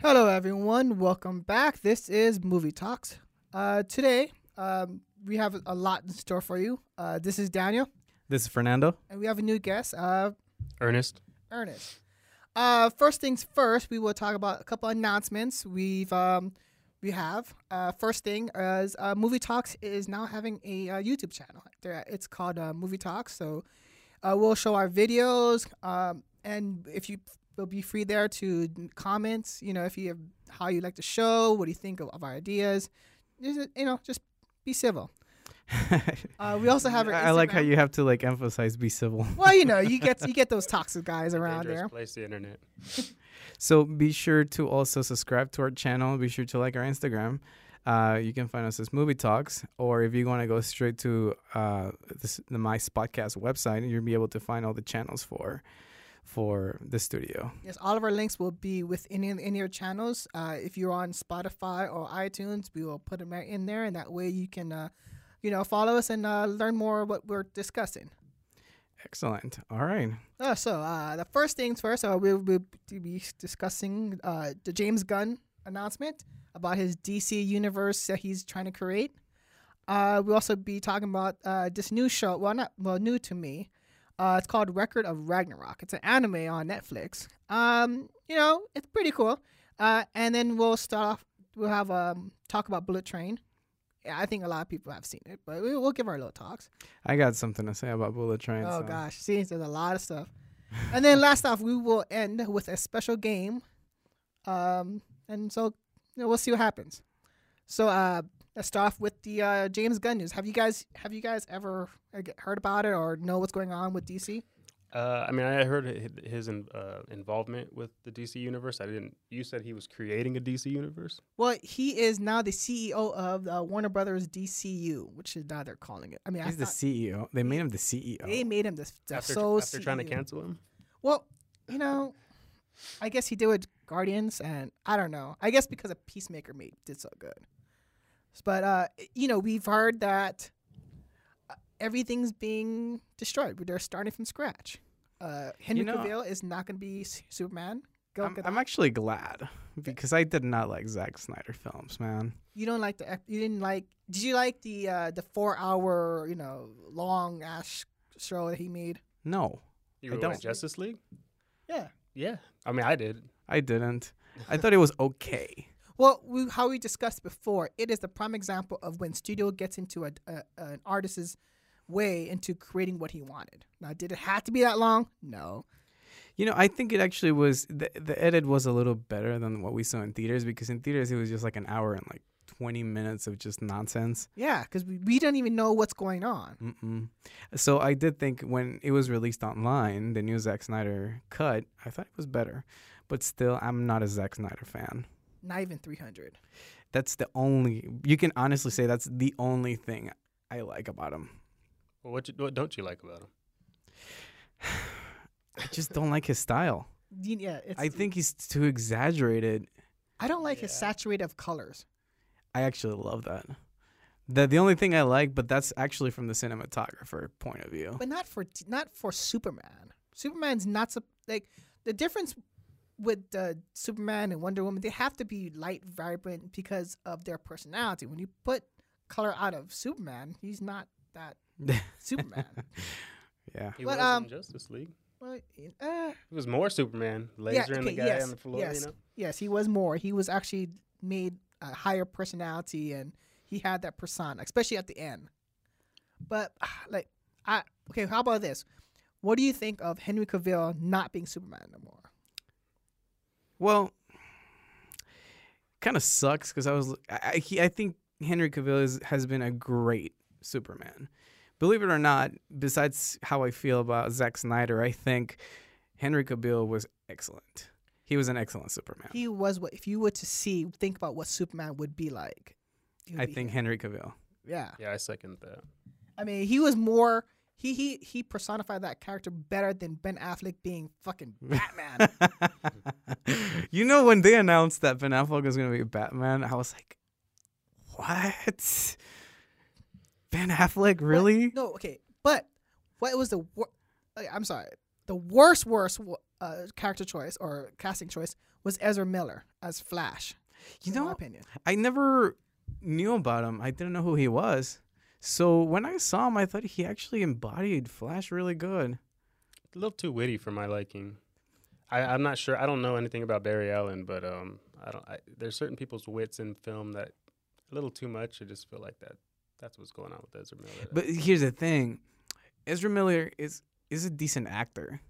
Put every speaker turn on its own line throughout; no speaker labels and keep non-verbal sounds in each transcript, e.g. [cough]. Hello, everyone. Welcome back. This is Movie Talks. Uh, today, um, we have a lot in store for you. Uh, this is Daniel,
This is Fernando.
and we have a new guest, uh,
[laughs]
Ernest.
Ernest. Uh, first things first, we will talk about a couple announcements we've um, we have. Uh, first thing is uh, Movie Talks is now having a uh, YouTube channel. There- It's called uh, Movie Talks. So uh, we'll show our videos, um, and if you will be free there to comment. You know, if you have how you like the show, what do you think of, of our ideas? Just, you know, just be civil. Uh, we also have. an
[laughs] I I like how
Instagram.
you have to like emphasize be civil.
Well, you know, you
[laughs]
get you get those toxic guys around
Dangerous
there.
place, the internet.
So be sure to also subscribe to our channel. Be sure to like our Instagram. Uh, you can find us as Movie Talks, or if you want to go straight to uh, this, the My Podcast website, you'll be able to find all the channels for for the studio.
Yes, all of our links will be within in, in your channels. Uh, if you're on Spotify or iTunes, we will put them right in there, and that way you can, uh, you know, follow us and uh, learn more what we're discussing.
Excellent. All right.
Uh, so uh, the first things first, uh, we'll, we'll be discussing uh, the James Gunn announcement about his DC universe that he's trying to create. Uh, we'll also be talking about uh, this new show. Well, not well, new to me. Uh, it's called Record of Ragnarok. It's an anime on Netflix. Um, you know, it's pretty cool. Uh, and then we'll start off. We'll have um talk about Bullet Train. Yeah, I think a lot of people have seen it, but we- we'll give our little talks.
I got something to say about Bullet Train.
Oh
so-
gosh, see, there's a lot of stuff. And then last off, we will end with a special game, um, and so you know, we'll see what happens. So uh, let's start off with the uh, James Gunn news. Have you guys have you guys ever uh, get- heard about it or know what's going on with DC?
Uh, I mean, I heard hi- his in, uh, involvement with the DC universe. I didn't. You said he was creating a DC universe.
Well, he is now the CEO of uh, Warner Brothers DCU, which is now they're calling it. I mean, I
He's the
thought
CEO. They made him the E CEO.
they made him the, the
E after
sole E
after trying to
CEO.
cancel him.
Well, you know, I guess he did with Guardians, and I don't know. I guess because a Peacemaker made did so good. But uh, you know, we've heard that uh, everything's being destroyed. They're starting from scratch. Uh, Henry
You know-
Cavill is not going to be S- Superman. Go
I'm,
get
I'm
that.
actually glad because I did not like Zack Snyder films, man.
you don't like the. ep- You didn't like. Did you like the uh, the four hour you know long ass show that he made?
No,
You
I
really like
don't.
Justice League.
Yeah.
Yeah, I mean, I did.
I didn't. I thought it was okay.
Well, we, how we discussed before, it is the prime example of when studio gets into a, a, an artist's way into creating what he wanted. Now, did it have to be that long? No.
You know, I think it actually was the, the edit was a little better than what we saw in theaters because in theaters it was just like an hour and like 20 minutes of just nonsense.
Yeah, because we, we don't even know what's going on.
Mm-mm. So I did think when it was released online, the new Zack Snyder cut, I thought it was better. But still, I'm not a Zack Snyder fan.
Not even 300.
That's the only you can honestly say that's the only thing I like about him.
Well, what, you, what don't you like about him?
I just don't like his style.
You- Yeah, it's,
I think he's too exaggerated
I don't like his
Yeah.
saturate of colors.
I actually love that. The the only thing I like, but that's actually from the cinematographer point of view.
but not for not for Superman. Superman's not sup- like the difference with uh, Superman and Wonder Woman. They have to be light, vibrant because of their personality. When you put color out of Superman, he's not that Superman.
yeah.
He
But,
was
um,
in Justice League.
well, uh,
He was more Superman, laser and the
okay,
guy
yes,
on the floor.
yes.
You know,
yes, he was more. He was actually made a higher personality, and he had that persona, especially at the end. But ah, like, I okay. How about this? What do you think of Henry Cavill not being Superman no more?
Well, kind of sucks because I was I I, he, I think Henry Cavill is, has been a great Superman. Believe it or not, besides how I feel about Zack Snyder, I think Henry Cavill was excellent. He was an excellent Superman.
he was what if you were to see think about what superman would be like it would
I
be
think
him.
Henry Cavill.
yeah
yeah, I second that.
i mean he was more he he he personified that character better than ben affleck being
[laughs]
fucking batman
you know, when they announced that Ben Affleck was going to be Batman, I was like, what? Ben Affleck, really?
no okay but what was the wor- okay, i'm sorry the worst worst wo- uh, character choice or casting choice was Ezra Miller as Flash.
You
in my
know,
opinion.
I never knew about him. I didn't know who he was. So when I saw him, I thought he actually embodied Flash really good.
a little too witty for my liking. I, I'm not sure. I don't know anything about Barry Allen, but um, I don't. I, there's certain people's wits in film that a little too much. I just feel like that. That's what's going on with Ezra Miller.
But here's the thing, Ezra Miller is is a decent actor,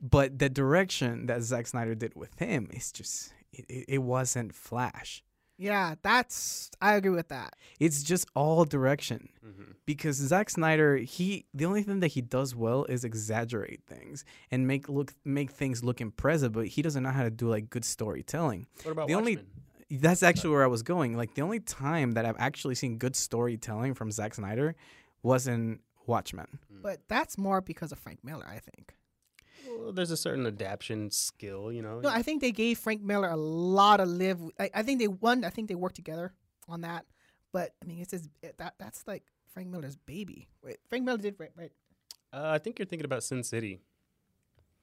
but the direction that Zack Snyder did with him is just it, it, it wasn't Flash.
Yeah, that's I agree with that.
It's just all direction.
Mhm.
because Zack Snyder, he the only thing that he does well is exaggerate things and make look make things look impressive, but he doesn't know how to do like good storytelling.
what about
the only-
Watchmen?
That's actually where I was going. Like the only time that I've actually seen good storytelling from Zack Snyder was in Watchmen.
But that's more because of Frank Miller, I think.
Well, there's a certain adaption skill, you
Oh,
know.
No, I think they gave Frank Miller a lot of live. I, I think they won. I think they worked together on that. But I mean, it's his, it, that that's like Frank Miller's baby. Wait, Frank Miller did right, right.
uh, I think you're thinking about Sin City.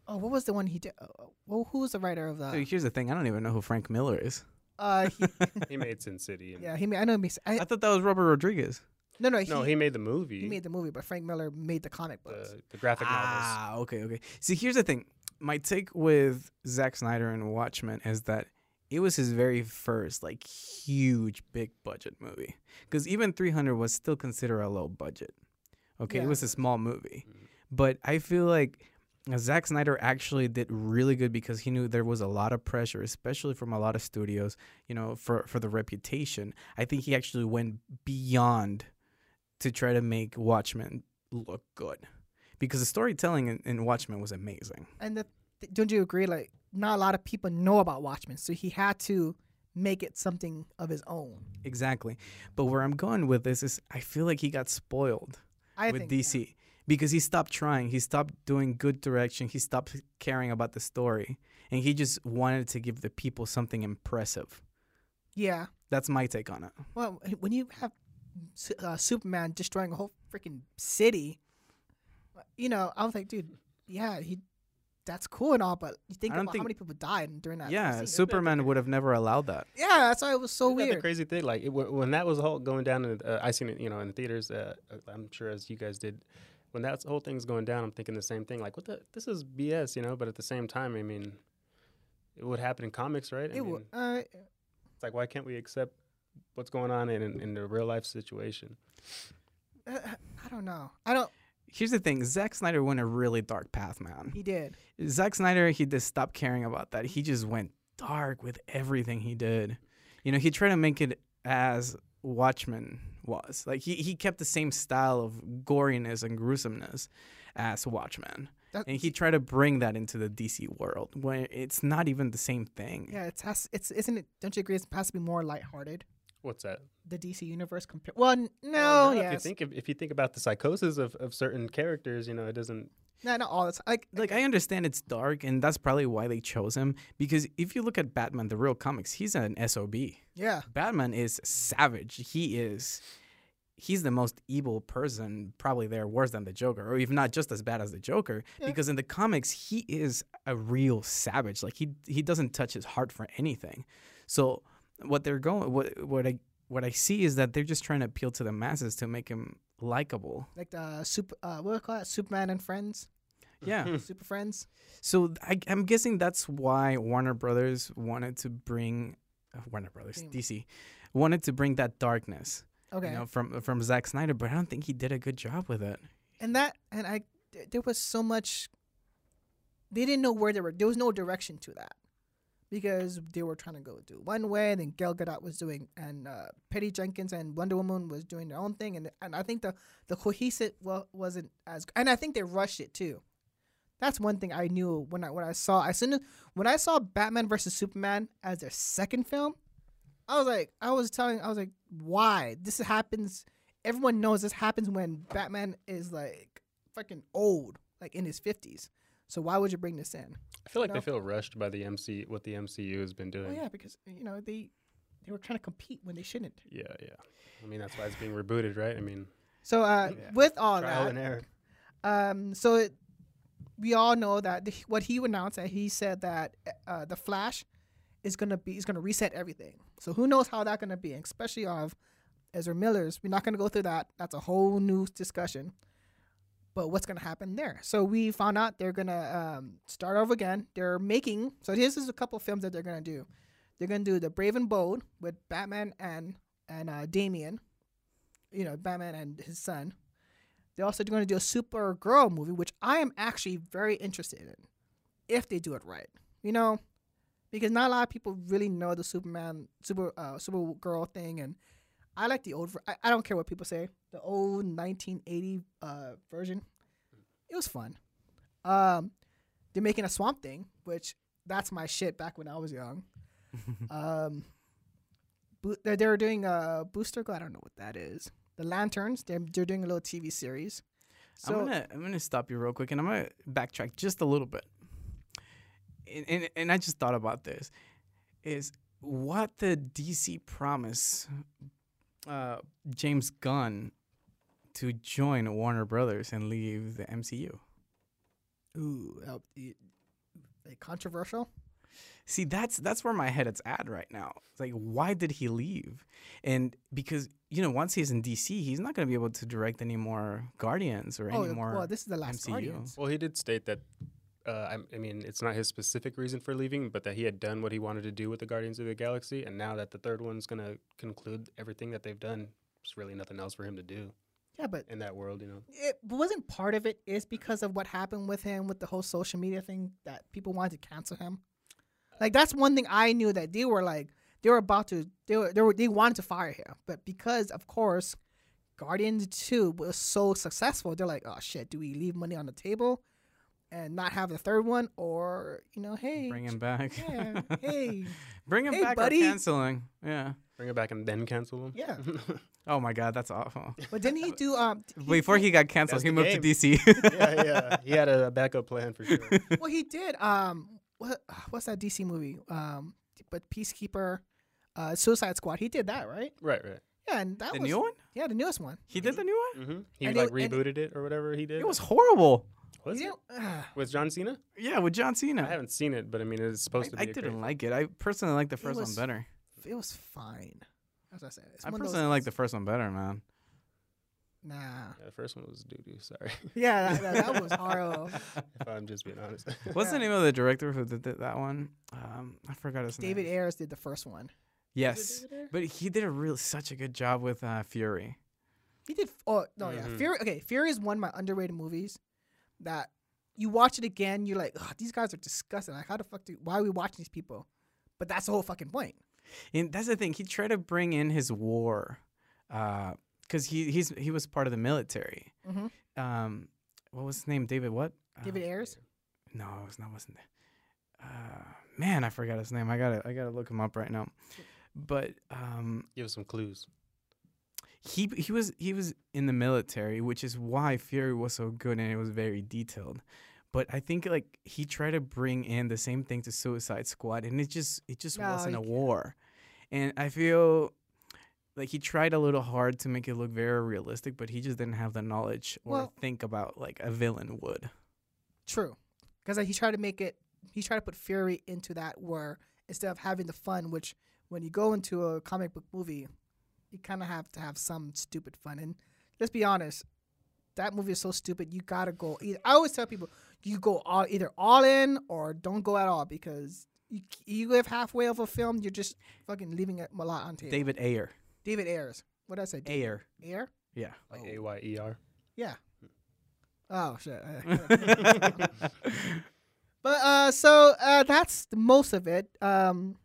Oh, what was the one he did? Oh, oh, well, who was the writer of
So
the?
here's the thing: I don't even know who Frank Miller is.
Uh, he,
He made Sin City.
[laughs]
And,
yeah, he made. I know. He, I,
[laughs] I thought that was Robert Rodriguez.
no, no,
No,
he,
he made the movie.
he made the movie, but Frank Miller made the comic books.
the, the graphic novels.
Ah, okay, okay. See, here's the thing. My take with Zack Snyder and Watchmen is that it was his very first like huge big budget movie because even 300 was still considered a low budget. Okay,
Yeah.
it was a small movie, but I feel like uh, Zack Snyder actually did really good because he knew there was a lot of pressure, especially from a lot of studios. You know, for for the reputation, I think he actually went beyond to try to make Watchmen look good because the storytelling in, in Watchmen was amazing.
And the, th- don't you agree? Like, not a lot of people know about Watchmen, so he had to make it something of his own.
Exactly. But where I'm going with this is I feel like he got spoiled
I
with
think yeah.
DC because he stopped trying. He stopped doing good direction. He stopped caring about the story. And he just wanted to give the people something impressive.
Yeah.
That's my take on it.
Well, when you have Su- uh, Superman destroying a whole freaking city, you know, I was like, dude, yeah, he, that's cool and all, but you think
I don't
about how
think-
many people died during that.
yeah,
scene.
Superman would have never allowed that.
yeah, that's why it was so
Isn't that the
weird.
crazy thing? Like it, when when that was all going down, in, uh, I seen it, you know, in theaters. Uh, I'm sure as you guys did. When that whole thing's going down, I'm thinking the same thing. Like, what the? This is BS, you know. But at the same time, I mean, it would happen in comics, right? I
It
mean,
wa- uh,
it's like, why can't we accept what's going on in in, in the real life situation?
uh, I don't know. I don't.
Here's the thing Zack Snyder went a really dark path, man.
He did.
Zack Snyder, he just stopped caring about that. He just went dark with everything he did. You know, he tried to make it as Watchmen was. Like he, he kept the same style of goriness and gruesomeness as Watchmen.
That-
and he tried to bring that into the DC world where it's not even the same thing.
Yeah, it's has, it's isn't it? Don't you agree? It's has to be more lighthearted.
What's that?
The DC universe compared. Well, n-
Oh,
no,
If you
yes,
think if, if you think about the psychosis of, of certain characters, you know, it doesn't.
no, not all the time. Like,
Like I understand it's dark and that's probably why they chose him because if you look at Batman the real comics, he's an SOB.
yeah,
Batman is savage. He is he's the most evil person probably there worse than the Joker or if not just as bad as the Joker
Yeah.
because in the comics he is a real savage. Like he he doesn't touch his heart for anything. So what they're going what what I what I see is that they're just trying to appeal to the masses to make him likable.
like the super. Uh, what do you call it? Superman and Friends.
[laughs]
Yeah.
Super Friends.
So th- I, I'm guessing that's why Warner Brothers wanted to bring uh, Warner Brothers
Bring-
DC wanted to bring that darkness,
Okay.
you know, from from Zack Snyder. But I don't think he did a good job with it.
and that and I th- there was so much they didn't know where they were there was no direction to that because they were trying to go do one way and then Gal Gadot was doing and uh, Patty Jenkins and Wonder Woman was doing their own thing and and I think the the cohesive well, wasn't as and I think they rushed it too that's one thing I knew when I when I saw as soon as when I saw Batman versus Superman as their second film, I was like I was telling I was like why this happens. Everyone knows this happens when Batman is like fucking old, like in his fifties. So why would you bring this in?
I feel like
No.
they feel rushed by the MC what the MCU has been doing.
Well, yeah, because you know they they were trying to compete when they shouldn't.
yeah, yeah. I mean, that's why it's being rebooted, right? I mean,
So uh,
Yeah.
with all
trial
that,
and error.
Um, so it, we all know that the, what he announced that he said that uh, the Flash is gonna be is gonna reset everything. So who knows how that's gonna be, especially of Ezra Miller's. We're not gonna go through that. That's a whole new discussion. But what's gonna happen there? So we found out they're gonna um, start over again. They're making so this is a couple films that they're gonna do. They're gonna do the Brave and Bold with Batman and and uh, Damien, you know Batman and his son. They're also going to do a Supergirl movie, which I am actually very interested in, if they do it right. You know, because not a lot of people really know the Superman, Super, uh, Supergirl thing, and I like the old. ver- I, I don't care what people say. The old 1980 uh, version, it was fun. Um, they're making a Swamp Thing, which that's my shit. Back when I was
[laughs]
young, um, boo- they're, they're doing a Booster. Gold, I don't know what that is. The Lanterns. They're they're doing a little TV series. So
I'm gonna I'm gonna stop you real quick and I'm gonna backtrack just a little bit. And and, and I just thought about this is what the DC promise uh, James Gunn to join Warner Brothers and leave the MCU.
ooh, uh, y- like controversial.
See, that's that's where my head is at right now. It's like, why did he leave? And because you know, once he's in DC, he's not going to be able to direct any more Guardians or
Oh,
any more.
well, this is the last
MCU.
Guardians.
Well, he did state that. Uh, I, I mean, it's not his specific reason for leaving, but that he had done what he wanted to do with the Guardians of the Galaxy, and now that the third one's gonna conclude everything that they've done, there's really nothing else for him to do
Yeah, but
in that world, you know.
it wasn't part of it is because of what happened with him with the whole social media thing that people wanted to cancel him. Like that's one thing I knew that they were like they were about to they were they, were, they wanted to fire him, but because of course Guardians 2 was so successful, they're like, "Oh shit, do we leave money on the table and not have the third one or, you know, hey,
Bring him back. [laughs]
yeah, hey,
Bring him
Hey,
back
buddy.
or canceling. Yeah.
Bring it back and then cancel him.
yeah.
Oh my god,
[laughs]
that's awful.
But didn't he do um
[laughs] Before he got canceled,
That's
he
the
moved
game.
to
[laughs]
[laughs] DC.
[laughs] yeah, yeah. He had a backup plan for sure.
well, he did. Um, what [sighs] what's that DC movie? Um, but Peacekeeper, uh, Suicide Squad. He did that, right?
right, right.
Yeah, and that
the
was
new one?
yeah the newest one.
He did the new one?
Mm-hmm. He
And
like
it- and-
rebooted it or whatever he did.
It was horrible.
Was
You
it?
know, ah,
with John Cena?
Yeah, with John Cena.
I haven't seen it, but I mean, it's supposed to be.
I
a great-
didn't like it. I personally like the first
was
one better.
[sighs] it was fine. As I said, it's
I
one of those
personally like the
things-
first one better, man.
[laughs]
[laughs]
Nah.
[laughs] Yeah, the first one was doo doo. Sorry, [laughs]
Yeah, that, that, that was horrible.
if I'm just being honest. [laughs]
What's the
Yeah.
name of the director who did th- that one? Um, I forgot his name.
David Ayers did the first one.
Yes, but he did a real such a good job with uh, Fury.
He did. Oh no, yeah.
Mm-hmm.
Mhm.
Fury. Okay, Fury is one of my underrated movies that you watch it again, you're like, Ugh, these guys are disgusting. Like, how the fuck do? Why are we watching these people? But that's the whole fucking point.
And that's the thing. He tried to bring in his war, because he he's he was part of the military.
Mhm.
Um, what was his name? David what? Uh,
David
Ah,
Ayers.
No, it was not. Wasn't it? Uh, man, I forgot his name. I gotta I gotta look him up right now. But um,
Give us some clues.
he he was he was in the military, which is why Fury was so good and it was very detailed. But I think like he tried to bring in the same thing to Suicide Squad, and it just it just
No,
wasn't
you
a
can't.
war. And I feel like he tried a little hard to make it look very realistic, but he just didn't have the knowledge or
Well-
think about like a villain would.
True, because like, he tried to make it. He tried to put Fury into that where instead of having the fun, which when you go into a comic book movie, you kind of have to have some stupid fun. And let's be honest, that movie is so stupid. You gotta go. Either I always tell people, you go all either all in or don't go at all because you you live halfway of a film, you're just fucking leaving it a lot on table.
David Ayer,
David Ayers. What did I say? David
Ayer,
Ayer.
yeah.
Like
Oh.
A Y E R.
Yeah. Oh
[laughs]
shit. [laughs]
yeah,
But uh, so uh, that's the most of it. Um,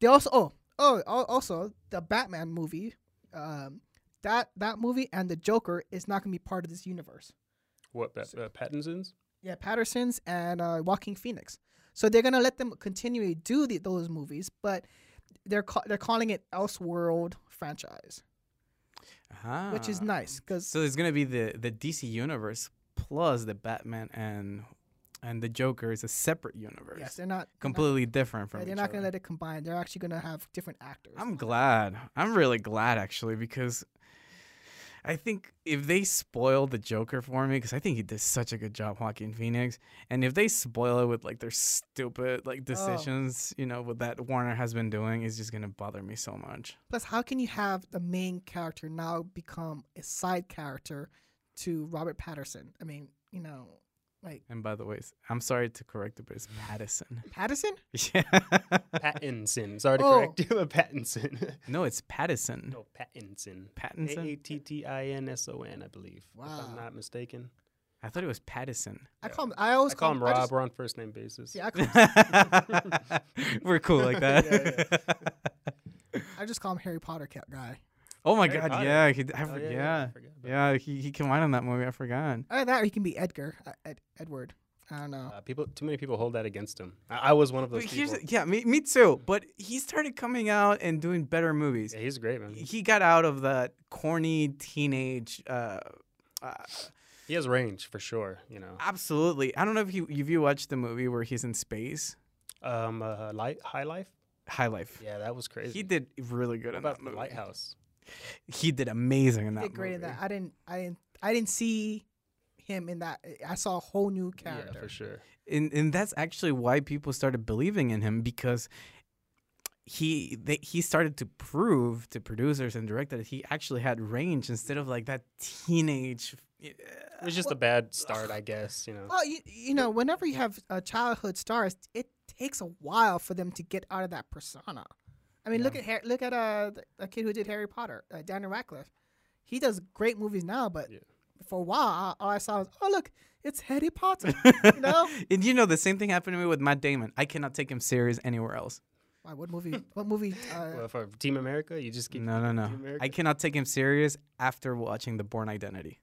they also oh oh al- also the Batman movie, um, that that movie and the Joker is not gonna be part of this universe.
What? Pat- uh, Pattinson's?
Yeah, Patterson's and uh, Walking Phoenix. So they're gonna let them continually do the, those movies, but they're ca- they're calling it Elseworld franchise, which is nice because
Ah. So it's gonna be the the DC universe plus the Batman and and the Joker is a separate universe,
yes, they're not
completely different
They're
from.
not, they're
each
not
other.
gonna let it combine. They're actually gonna have different actors.
I'm glad. I'm really glad actually because I think if they spoil the Joker for me, because I think he did such a good job, Joaquin Phoenix, and if they spoil it with like their stupid
Oh.
like decisions, you know, what that Warner has been doing is just gonna bother me so much.
Plus, how can you have the main character now become a side character to Robert Patterson? I mean, you know, like
And by the way, s- I'm sorry to correct it, but it's
[laughs]
Pattinson.
Patterson?
Yeah.
Pattinson. Sorry to
Oh.
correct you, but Pattinson.
[laughs]
[laughs]
no, it's Pattinson.
no, Pattinson. A
E
Pattinson.
A T T I N S O N, I believe. If
Wow.
I'm not mistaken.
I thought it was Pattison.
I call him. I always
I call him
I
Rob.
just-
We're on first name basis.
[laughs] yeah, I
[laughs]
call,
[laughs] We're cool
[laughs]
like that.
I just call him Harry Potter cat guy.
oh my
Harry
god,
Potter.
yeah, he, I
Oh,
for-
yeah, yeah, I
yeah,
forgot about
yeah, he he came out in that movie. I forgot.
Either that, or he can be Edgar, uh, Ed, Edward. I don't know.
Uh, people, too many people hold that against him. I, I was one of
But
those
here's
people.
the- yeah, me, me too. But he started coming out and doing better movies.
Yeah, he's great, man.
He got out of that corny teenage. Uh, uh,
He has range for sure. You know,
absolutely. I don't know if you if you watched the movie where he's in space,
um, uh, light, High Life.
High Life.
Yeah, that was crazy.
He did really good
What
in
about
that
the
movie.
Lighthouse.
He did amazing in
He
that
did great
movie.
in that. I didn't. I didn't. I didn't see him in that. I saw a whole new character.
Yeah, for sure.
and and that's actually why people started believing in him because he they, he started to prove to producers and directors that he actually had range instead of like that
[laughs]
teenage.
It was just a bad start, I guess.
[laughs]
You know.
Well, you, you know, whenever you have uh, childhood stars, it takes a while for them to get out of that persona. I mean, look at Har- look at uh, th- a kid who did Harry Potter, uh, Daniel Radcliffe. He does great movies now, but
Yeah.
for a while, all I saw was, oh look, it's Harry
[laughs]
Potter. you know,
[laughs] And you know the same thing happened to me with Matt Damon. I cannot take him serious anywhere else.
Wow, what movie? What movie? Uh,
[laughs] Well, for Team America, you just keep
No, no, no.
Team America.
I cannot take him serious after watching The Born Identity.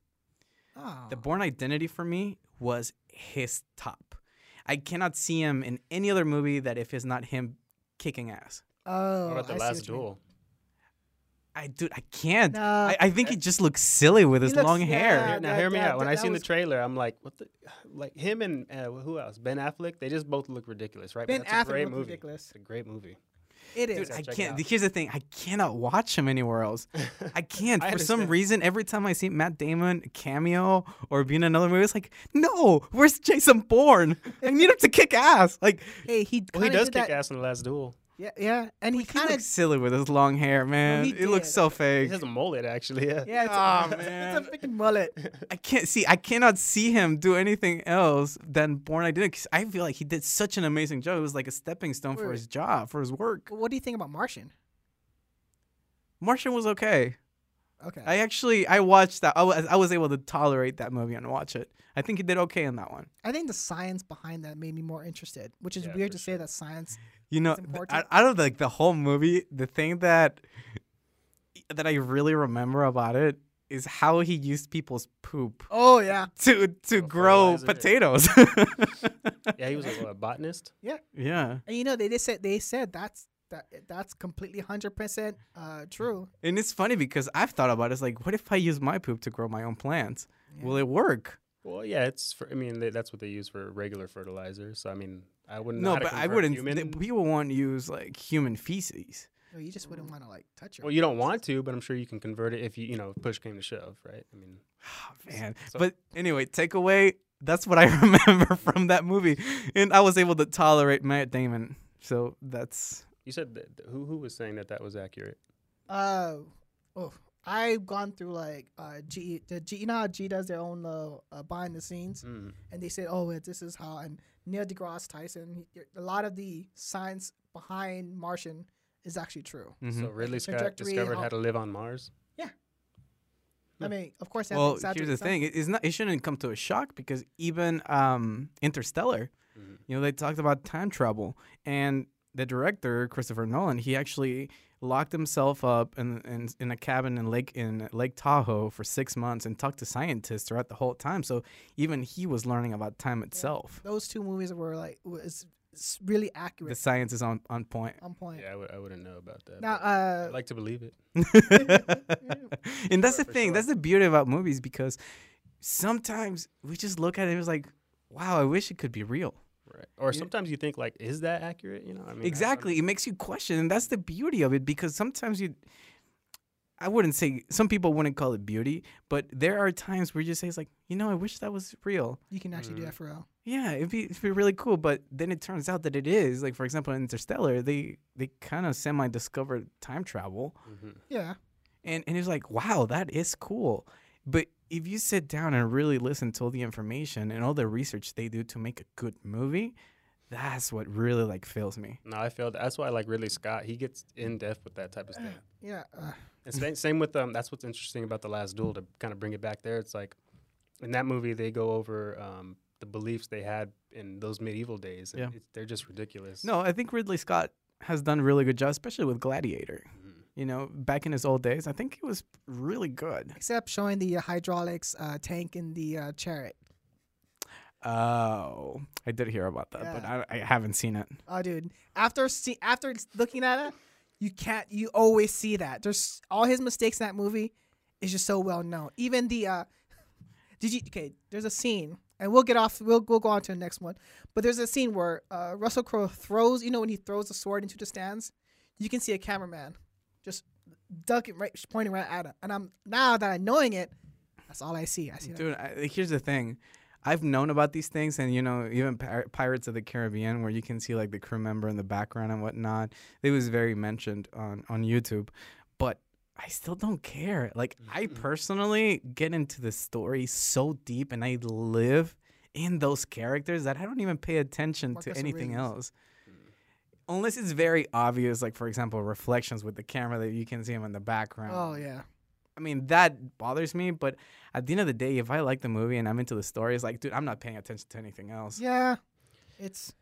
oh,
The Born Identity for me was his top. I cannot see him in any other movie that if it's not him kicking ass.
oh,
What about the
I see
Last
what you mean.
Duel?
I dude, I can't.
No.
I, I think he just looks silly with
He
his
looks-
long hair.
yeah.
Here- now
that-
hear me
that-
out. When
that-
I
that
seen
was-
the trailer, I'm like, what the, like him and uh, who else? Ben Affleck. They just both look ridiculous, right? But
Ben
that's a
Affleck
great
looked
movie.
ridiculous.
It's a great movie.
It is.
Dude, I
check it
can't.
out.
Here's the thing. I cannot watch him anywhere
[laughs]
else. I can't.
I
For some
understand.
reason, every time I see Matt Damon cameo or be in another movie, it's like, no, where's Jason Bourne? I need him to kick ass. Like
hey, he
Well, he
kinda
does
did
kick
that-
ass in the Last Duel.
Yeah, yeah, and he
he
kind of
looks silly with his long hair, man.
he
it looks
did.
so
He
fake.
has a mullet, actually. Yeah.
[laughs] yeah. [laughs] It's
Aw,
a,
man.
it's a freaking mullet.
I can't see. I cannot see him do anything else than Born Identity. 'cause I feel like he did such an amazing job. It was like a stepping stone for
Wait.
his job, for his work.
What do you think about Martian?
Martian was okay.
Okay.
I actually I watched that. I was I was able to tolerate that movie and watch it. I think he did okay in that one.
I think the science behind that made me more interested, which is
Yeah,
weird
for
to say that science.
You know,
It's
th-
important.
out out of like the whole movie, the thing that that I really remember about it is how he used people's poop
Oh yeah,
to to
For
grow
fertilizer.
potatoes. [laughs]
Yeah, he was a what, botanist.
yeah.
and you know they just said they said that's that that's completely hundred percent uh true.
And it's funny because I've thought about it. It's like, what if I use my poop to grow my own plants?
Yeah.
Will it work?
Well, yeah, it's. For, I mean, they, that's what they use for regular fertilizer. So I mean, I wouldn't.
No,
know how to
but I
convert
wouldn't.
Human.
th- people won't use like human feces.
No, you just wouldn't want to like touch it.
well, you don't want to, but I'm sure you can convert it if you, you know, push came to shove, right? I mean,
[sighs] Oh, man.
So-
but anyway, takeaway. That's what I [laughs] remember from that movie, and I was able to tolerate Matt Damon. So that's
you said that, that- who who was saying that that was accurate?
Uh, oh, I've gone through like uh G the G you know how G does their own uh, uh behind the scenes,
Mm.
and they said oh wait, this is how and Neil deGrasse Tyson he- a lot of the science behind Martian is actually true.
mhm.
So Ridley Scott
trajectory,
discovered
how-
how to live on Mars.
I mean, of course. they have to
well.
exaggerate
Here's the
some-
thing: it- it's not. It shouldn't come to a shock because even um, Interstellar,
Mhm.
you know, they talked about time travel, and the director Christopher Nolan, he actually locked himself up in, in in a cabin in Lake in Lake Tahoe for six months and talked to scientists throughout the whole time. So even he was learning about time itself.
Those two movies were like was it's really accurate
The science is on on point.
on point.
Yeah, I would. I wouldn't know about that.
Now,
but
uh,
I'd like to believe it.
[laughs] and that's
Sure,
the
for
thing.
sure.
That's the beauty about movies because sometimes we just look at it and it's like, wow, I wish it could be real.
Right. Or sometimes you think like, is that accurate? You know, I mean, I- I'm-
exactly. It makes you question, and that's the beauty of it because sometimes you. I wouldn't say some people wouldn't call it beauty, but there are times where you just say it's like, you know, I wish that was real.
You can actually do
Mm.
that for real.
Yeah, it'd be, it'd be really cool, but then it turns out that it is. Like for example, in Interstellar, they they kind of semi discovered time travel,
Mhm.
Yeah.
and and it's like, wow, that is cool. But if you sit down and really listen to all the information and all the research they do to make a good movie, that's what really like fills me.
No, I feel that. that's why I like Ridley Scott. He gets in depth with that type of stuff.
Yeah. Uh,
And same, same with um, that's what's interesting about the Last Duel to kind of bring it back there. It's like in that movie they go over um, the beliefs they had in those medieval days. And
Yeah.
it's, they're just ridiculous.
No, I think Ridley Scott has done a really good job, especially with Gladiator.
Mhm.
You know, back in his old days, I think it was really good.
except showing the uh, hydraulics uh, tank in the uh, chariot.
Oh, I did hear about that, but I, I haven't seen it.
Oh, dude. After see, after looking at it, you can't. You always see that. There's all his mistakes in that movie is just so well known. Even the uh, [laughs] did you? Okay, there's a scene, and we'll get off. We'll we'll go on to the next one. But there's a scene where uh, Russell Crowe throws. You know when he throws the sword into the stands, you can see a cameraman just ducking right, pointing right at him. And I'm now that I'm knowing it, that's all I see. I see. that.
Dude, I, like, here's the thing. I've known about these things, and you know, even Pir- Pirates of the Caribbean, where you can see like the crew member in the background and whatnot, it was very mentioned on on YouTube. But I still don't care. Like, I
Mm.
personally get into the story so deep, and I live in those characters that I don't even pay attention
Marcus
to anything
Aurelius. Hmm.
else. Unless it's very obvious, like for example, reflections with the camera that you can see him in the background.
Oh yeah.
I mean, that bothers me, but at the end of the day, if I like the movie and I'm into the story, it's like, dude, I'm not paying attention to anything else.
Yeah. It's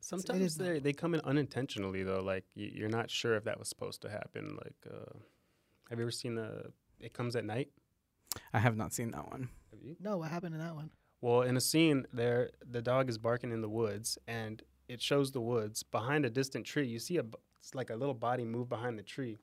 Sometimes
is not-
they they come in unintentionally though. Like y- you're not sure if that was supposed to happen. Like, uh, have you ever seen the? It comes at night.
I have not seen that one.
Have you?
no. What happened in that one?
Well, in a scene there, the dog is barking in the woods, and it shows the woods behind a distant tree. You see a b- it's like a little body move behind the tree.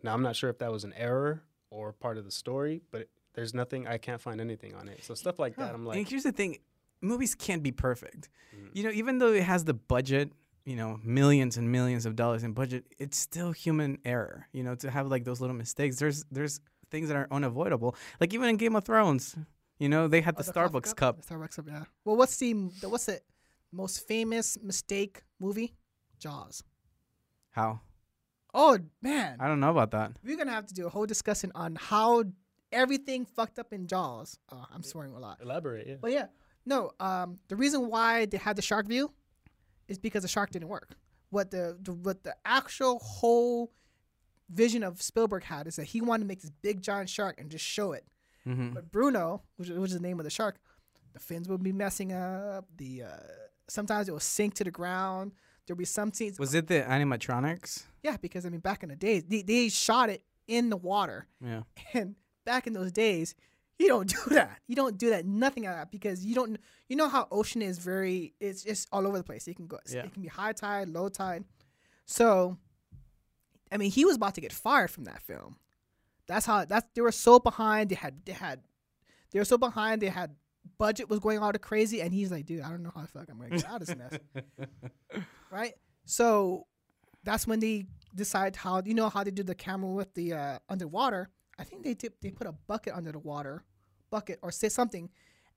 Now I'm not sure if that was an error or part of the story, but it, there's nothing I can't find anything on it. So stuff like that, I'm
and
like,
here's the thing movies can't be perfect. You know, even though it has the budget, you know, millions and millions of dollars in budget, it's still human error, you know, to have like those little mistakes. There's there's things that are unavoidable. Like even in Game of Thrones, you know, they had
Oh,
the,
coffee
Starbucks cup.
The Starbucks cup, yeah. Well, what's the the- what's the most famous mistake movie? Jaws.
How?
Oh man,
I don't know about that.
we're gonna have to do a whole discussion on how everything fucked up in Jaws. Oh, I'm swearing a lot,
elaborate. Yeah.
but yeah, no. Um, the reason why they had the shark view is because the shark didn't work. What the, the what the actual whole vision of Spielberg had is that he wanted to make this big giant shark and just show it.
hmm
But Bruno, which, which is the name of the shark, the fins would be messing up. The uh, sometimes it will sink to the ground. There'll be some scenes.
Was it the animatronics?
yeah, because I mean, back in the days, they, they shot it in the water, [laughs]
Yeah.
and back in those days, you don't [laughs] do that. You don't do that. Nothing like that because you don't. You know how ocean is very. It's just all over the place. It can go.
Yeah.
It can be high tide, low tide. So, I mean, he was about to get fired from that film. That's how. That's they were so behind. They had. They had. They were so behind. They had budget was going all to crazy, and he's like, dude, I don't know how the fuck I'm gonna get out of this
[laughs]
mess. right. So, that's when they decide how. You know how they do the camera with the uh, underwater. I think they did. They put a bucket under the water, bucket or say something,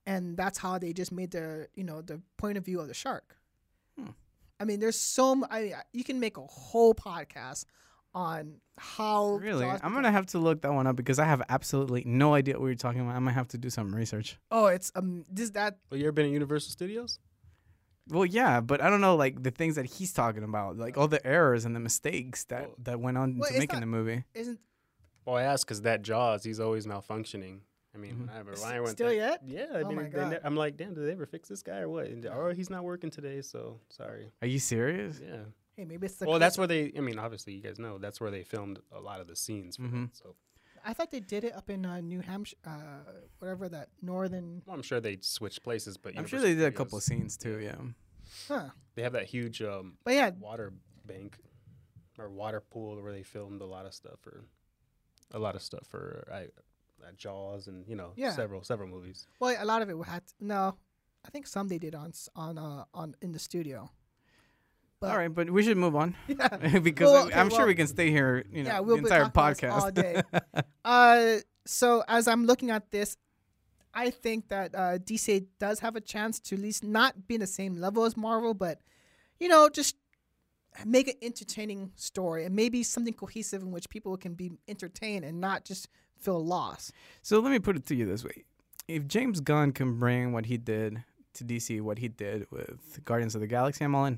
and that's how they just made the you know the point of view of the shark.
Hmm.
I mean, there's so m- I you can make a whole podcast on how
Really?
Jaws
I'm
became-
gonna have to look that one up because I have absolutely no idea what you're talking about. I might have to do some research.
oh it's um this that
Well, you ever been at Universal Studios?
Well, yeah, but I don't know like the things that he's talking about, like all the errors and the mistakes that
Well-
that went on
Well,
to
it's
making
not-
the movie.
isn't
Well, I asked because that Jaws, he's always malfunctioning. I mean,
Mhm.
whenever
Mm-hmm. S-
Ryan went
still
there-
yet?
Yeah, I
Oh
mean,
my
they
God.
ne- I'm like, damn, did they ever fix this guy or what? And, oh, he's not working today, so sorry.
Are you serious?
Yeah.
hey maybe it's the
well, that's where they. I mean, obviously, you guys know that's where they filmed a lot of the scenes. For
Mhm.
it, so
I thought they did it up in uh, New Hampshire uh whatever that northern
well, I'm sure they switched places, but
I'm sure
Universal
they did a
Studios,
couple of scenes too. Yeah.
huh
They have that huge um,
but yeah
water bank or water pool where they filmed a lot of stuff for a lot of stuff for I, uh, Jaws and you know
Yeah.
several several movies.
well a lot of it had no I think some they did on s- on uh on in the studio But
All right, but we should move on
yeah,
[laughs] because
Well,
I-
okay,
I'm sure
well-
we can stay here. You know,
yeah, we'll
the
be
entire
talking about this
podcast
all day. uh, so as I'm looking at this, I think that uh, DC does have a chance to at least not be in the same level as Marvel, but you know, just make an entertaining story and maybe something cohesive in which people can be entertained and not just feel lost.
[laughs] So let me put it to you this way: If James Gunn can bring what he did to DC, what he did with Guardians of the Galaxy, I'm all in.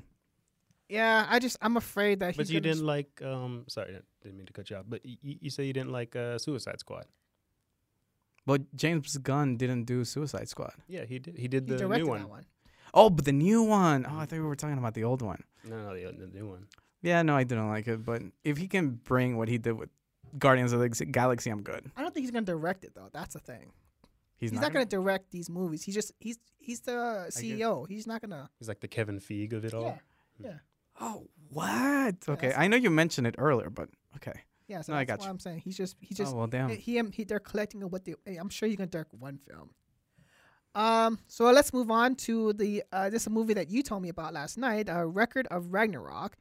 Yeah, I just I'm afraid that.
But
he's
you
gonna-
didn't like. Um, sorry, I didn't mean to cut you off. But you, you say you didn't like uh, Suicide Squad.
But James Gunn didn't do Suicide Squad.
Yeah, he did. He did
He
the
directed
new one.
that one.
Oh, but the new one. Oh, I thought we were talking about the old one.
No, no, the, the new one.
Yeah, no, I didn't like it. But if he can bring what he did with Guardians of the Ex- Galaxy, I'm good.
I don't think he's gonna direct it though. That's the thing.
He's,
He's, not, gonna, direct these movies. He's just he's he's the CEO. He's not gonna.
He's like the Kevin Feige of it all.
Yeah,
Oh, what? Okay,
Yes.
I know you mentioned it earlier, but okay.
yeah. So
No, I
that's
got
what
you.
I'm saying. He's just he's just
oh well, damn.
He- he, am- he they're collecting what they hey, I'm sure you can direct one film. Um, so let's move on to the uh, this is a movie that you told me about last night, a record of Ragnarok.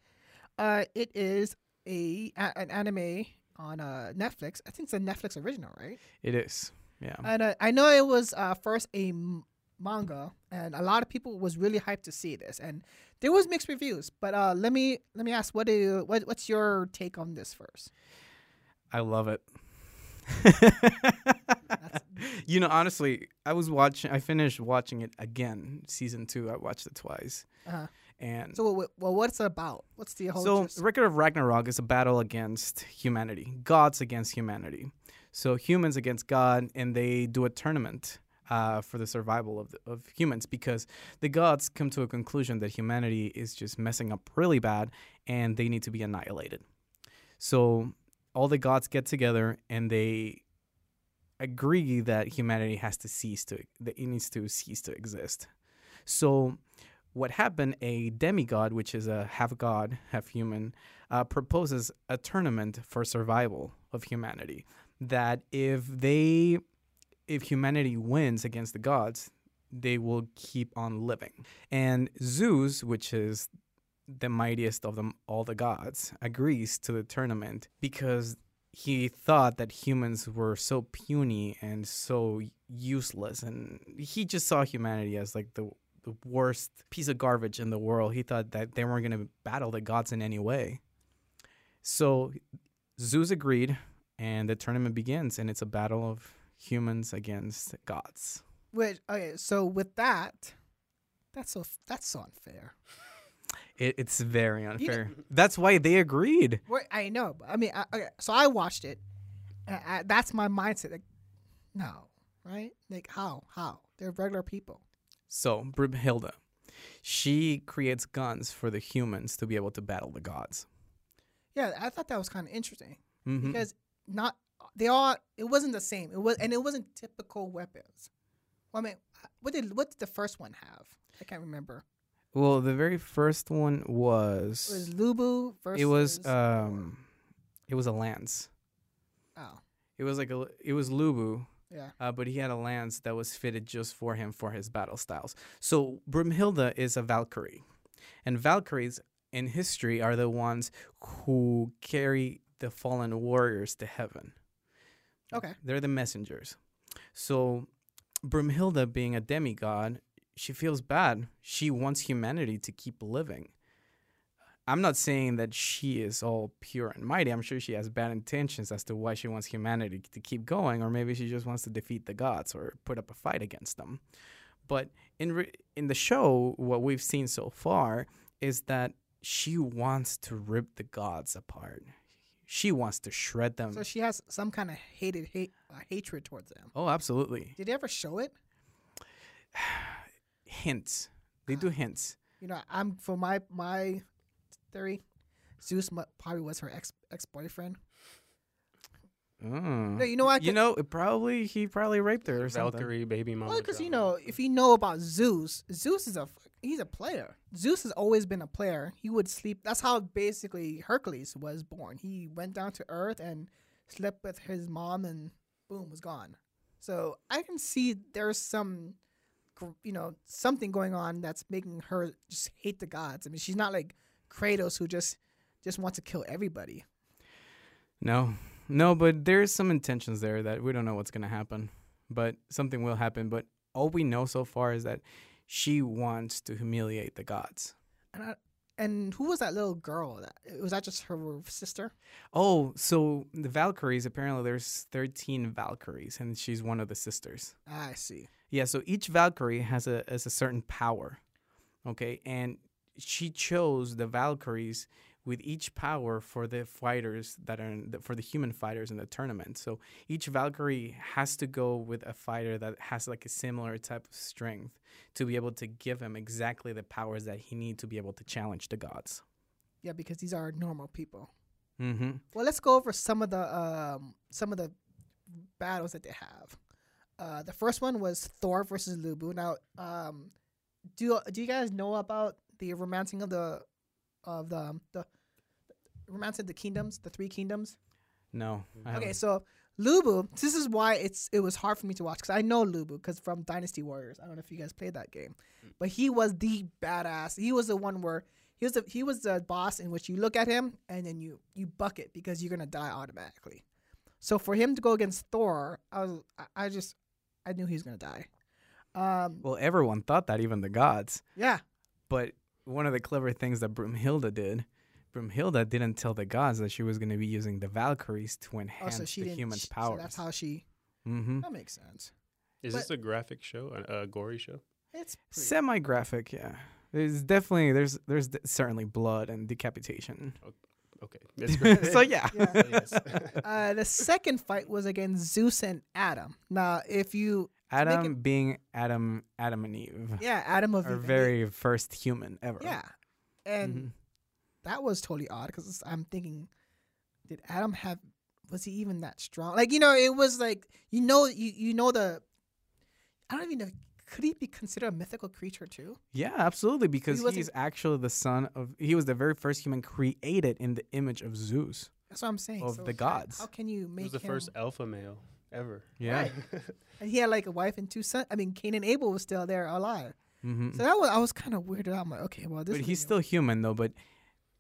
Uh, it is a, a- an anime on uh, Netflix. I think it's a Netflix original, right?
It is. Yeah.
And uh, I know it was uh, first a m- manga, and a lot of people was really hyped to see this, and there was mixed reviews. But uh, let me let me ask, what do you, what what's your take on this first?
I love it. [laughs] you know, honestly, I was watching. I finished watching it again, season two. I watched it twice,
Uh-huh.
and
So, wh- well, what's it about? What's the whole?
so,
gist?
Record of Ragnarok is a battle against humanity, gods against humanity. So humans against God, and they do a tournament uh, for the survival of, the, of humans because the gods come to a conclusion that humanity is just messing up really bad, and they need to be annihilated. So all the gods get together and they agree that humanity has to cease to that it needs to cease to exist. So what happened, a demigod, which is a half god, half human, uh, proposes a tournament for survival of humanity. That if they, if humanity wins against the gods, they will keep on living. And Zeus, which is the mightiest of them all the gods, agrees to the tournament because he thought that humans were so puny and so useless, and he just saw humanity as like the the worst piece of garbage in the world. He thought that they weren't going to battle the gods in any way. So Zeus agreed, and the tournament begins, and it's a battle of humans against gods.
Which okay, so with that, that's so that's so unfair.
It, it's very unfair. [laughs] That's why they agreed.
Wait, I know, but I mean, I, okay, so I watched it. And I, that's my mindset. Like, no, right? Like, how? How? They're regular people.
So Brumhilda, she creates guns for the humans to be able to battle the gods.
Yeah, I thought that was kind of interesting
Mhm.
because not they all. It wasn't the same. It was, and it wasn't typical weapons. Well, I mean, what did what did the first one have? I can't remember.
Well, the very first one
It was
was
Lubu versus.
it was um it was a lance.
oh
It was like a it was Lubu.
yeah.
uh, but he had a lance that was fitted just for him for his battle styles. So Brumhilda is a Valkyrie, and Valkyries in history are the ones who carry the fallen warriors to heaven.
Okay.
They're the messengers. So Brumhilda, being a demigod, she feels bad. She wants humanity to keep living. I'm not saying that she is all pure and mighty. I'm sure she has bad intentions as to why she wants humanity to keep going, or maybe she just wants to defeat the gods or put up a fight against them. But in re- in the show, what we've seen so far is that she wants to rip the gods apart. She wants to shred them.
So she has some kind of hated hate uh, hatred towards them.
oh, absolutely.
Did they ever show it?
Hints. They do hints.
You know, I'm for my my theory, Zeus mu- probably was her ex ex boyfriend. No,
Mm.
you know what?
You know, Oh it probably he probably raped her or something.
Valkyrie, baby mama.
well, because you know,
drama.
if you know about Zeus, Zeus is a f- he's a player. Zeus has always been a player. He would sleep. That's how basically Hercules was born. He went down to Earth and slept with his mom, and boom, was gone. So I can see there's some, gr- you know, something going on that's making her just hate the gods. I mean, she's not like Kratos who just just wants to kill everybody.
No, no, but there's some intentions there that we don't know what's going to happen, but something will happen. But all we know so far is that she wants to humiliate the gods.
And I, and who was that little girl? That was that just her sister?
Oh, so the Valkyries apparently there's 13 Valkyries, and she's one of the sisters.
I see.
Yeah, so each Valkyrie has a has a certain power. Okay, and she chose the Valkyries with each power for the fighters that are in the, for the human fighters in the tournament. So each Valkyrie has to go with a fighter that has like a similar type of strength to be able to give him exactly the powers that he needs to be able to challenge the gods.
Yeah, because these are normal people.
Mm-hmm.
Well, let's go over some of the um, some of the battles that they have. Uh, the first one was Thor versus Lubu. Now, um, do do you guys know about the romancing of the of the the romancing of the kingdoms, the three kingdoms?
No. I
Okay,
haven't.
so Lubu, this is why it's it was hard for me to watch because I know Lubu because from Dynasty Warriors. I don't know if you guys played that game,
Mm.
but he was the badass. He was the one where he was the, he was the boss in which you look at him and then you you buck it because you're gonna die automatically. So for him to go against Thor, I was I- I just I knew he was gonna die. Um,
Well, everyone thought that, even the gods.
yeah,
But one of the clever things that Brumhilda did, Brumhilda didn't tell the gods that she was going to be using the Valkyries to
oh,
enhance
so she
the
didn't.
humans'
sh- so
powers.
that's how
[laughs]
she.
mm-hmm.
That makes sense.
Is
But-
this a graphic show, a, a gory show?
It's pretty,
Semi graphic, yeah. There's definitely there's there's d- certainly blood and decapitation.
[laughs] Okay.
[laughs]
It's
so yeah.
yeah.
Yes.
Uh, the second fight was against Zeus and Adam. Now, if you
Adam being Adam Adam and Eve.
yeah, Adam of
Our
Eve-
very first human ever.
yeah, and
Mhm.
that was totally odd because I'm thinking, did Adam have? Was he even that strong? Like you know, it was like you know you you know the. I don't even know. Could he be considered a mythical creature too?
Yeah, absolutely. Because
wasn't-
he's actually the son of he was the very first human created in the image of Zeus.
That's what I'm saying.
Of
So
the
how-
gods.
How, can you
He
make
was the
him?
first alpha male ever.
Yeah.
Right. And he had like a wife and two sons. I mean, Cain and Abel was still there alive.
hmm
So that was I was kind of weirded out. I'm like, okay, well, this.
but
is
he's
new.
still human though, but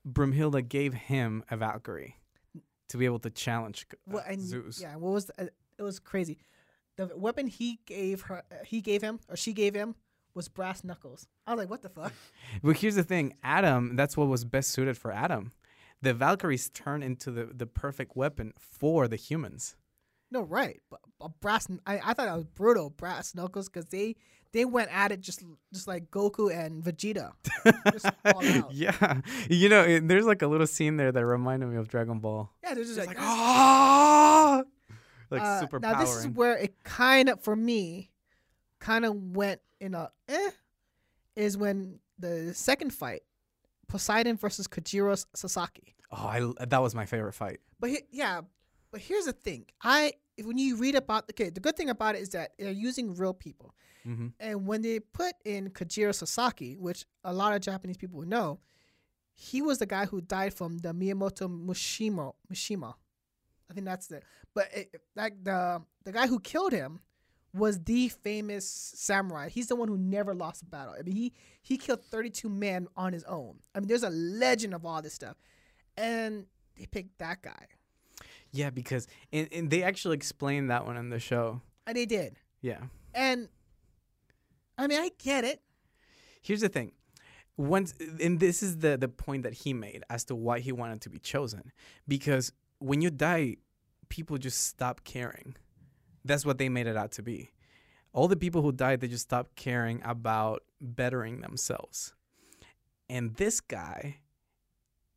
Brumhilda gave him a Valkyrie to be able to challenge uh,
Well, and
Zeus.
Yeah, what was the, uh, it was crazy. The weapon he gave her, uh, he gave him, or she gave him, was brass knuckles. I was like, what the
[laughs]
fuck?
But here's the thing, Adam, that's what was best suited for Adam. The Valkyries turned into the, the perfect weapon for the humans.
No, right? But, but brass, kn- I, I thought that was brutal. Brass knuckles because they they went at it just just like Goku and Vegeta,
[laughs]
just all out. Yeah,
Yeah. You know, it, there's like a little scene there that reminded me of Dragon Ball.
they're just,
It's
like,
like,
[laughs]
ah! Like
uh,
super
Now this is
powering.
where it kind of for me, kind of went in a eh, is when the second fight, Poseidon versus Kajiro Sasaki.
Oh, I l that was my favorite fight.
But he, yeah, but here's the thing. I if- when you read about okay, the good thing about it is that they're using real people.
Mm-hmm.
And when they put in Kajiro Sasaki, which a lot of Japanese people would know, he was the guy who died from the Miyamoto Mushima. Mishima, I think that's it. But it, like the the guy who killed him was the famous samurai. He's the one who never lost a battle. I mean, he he killed 32 men on his own. I mean, there's a legend of all this stuff, and they picked that guy,
Yeah, because and, and they actually explained that one on the show.
and they did.
Yeah.
And I mean, I get it.
Here's the thing. Once and this is the the point that he made as to why he wanted to be chosen because when you die people just stop caring. That's what they made it out to be. All the people who died they just stopped caring about bettering themselves. And this guy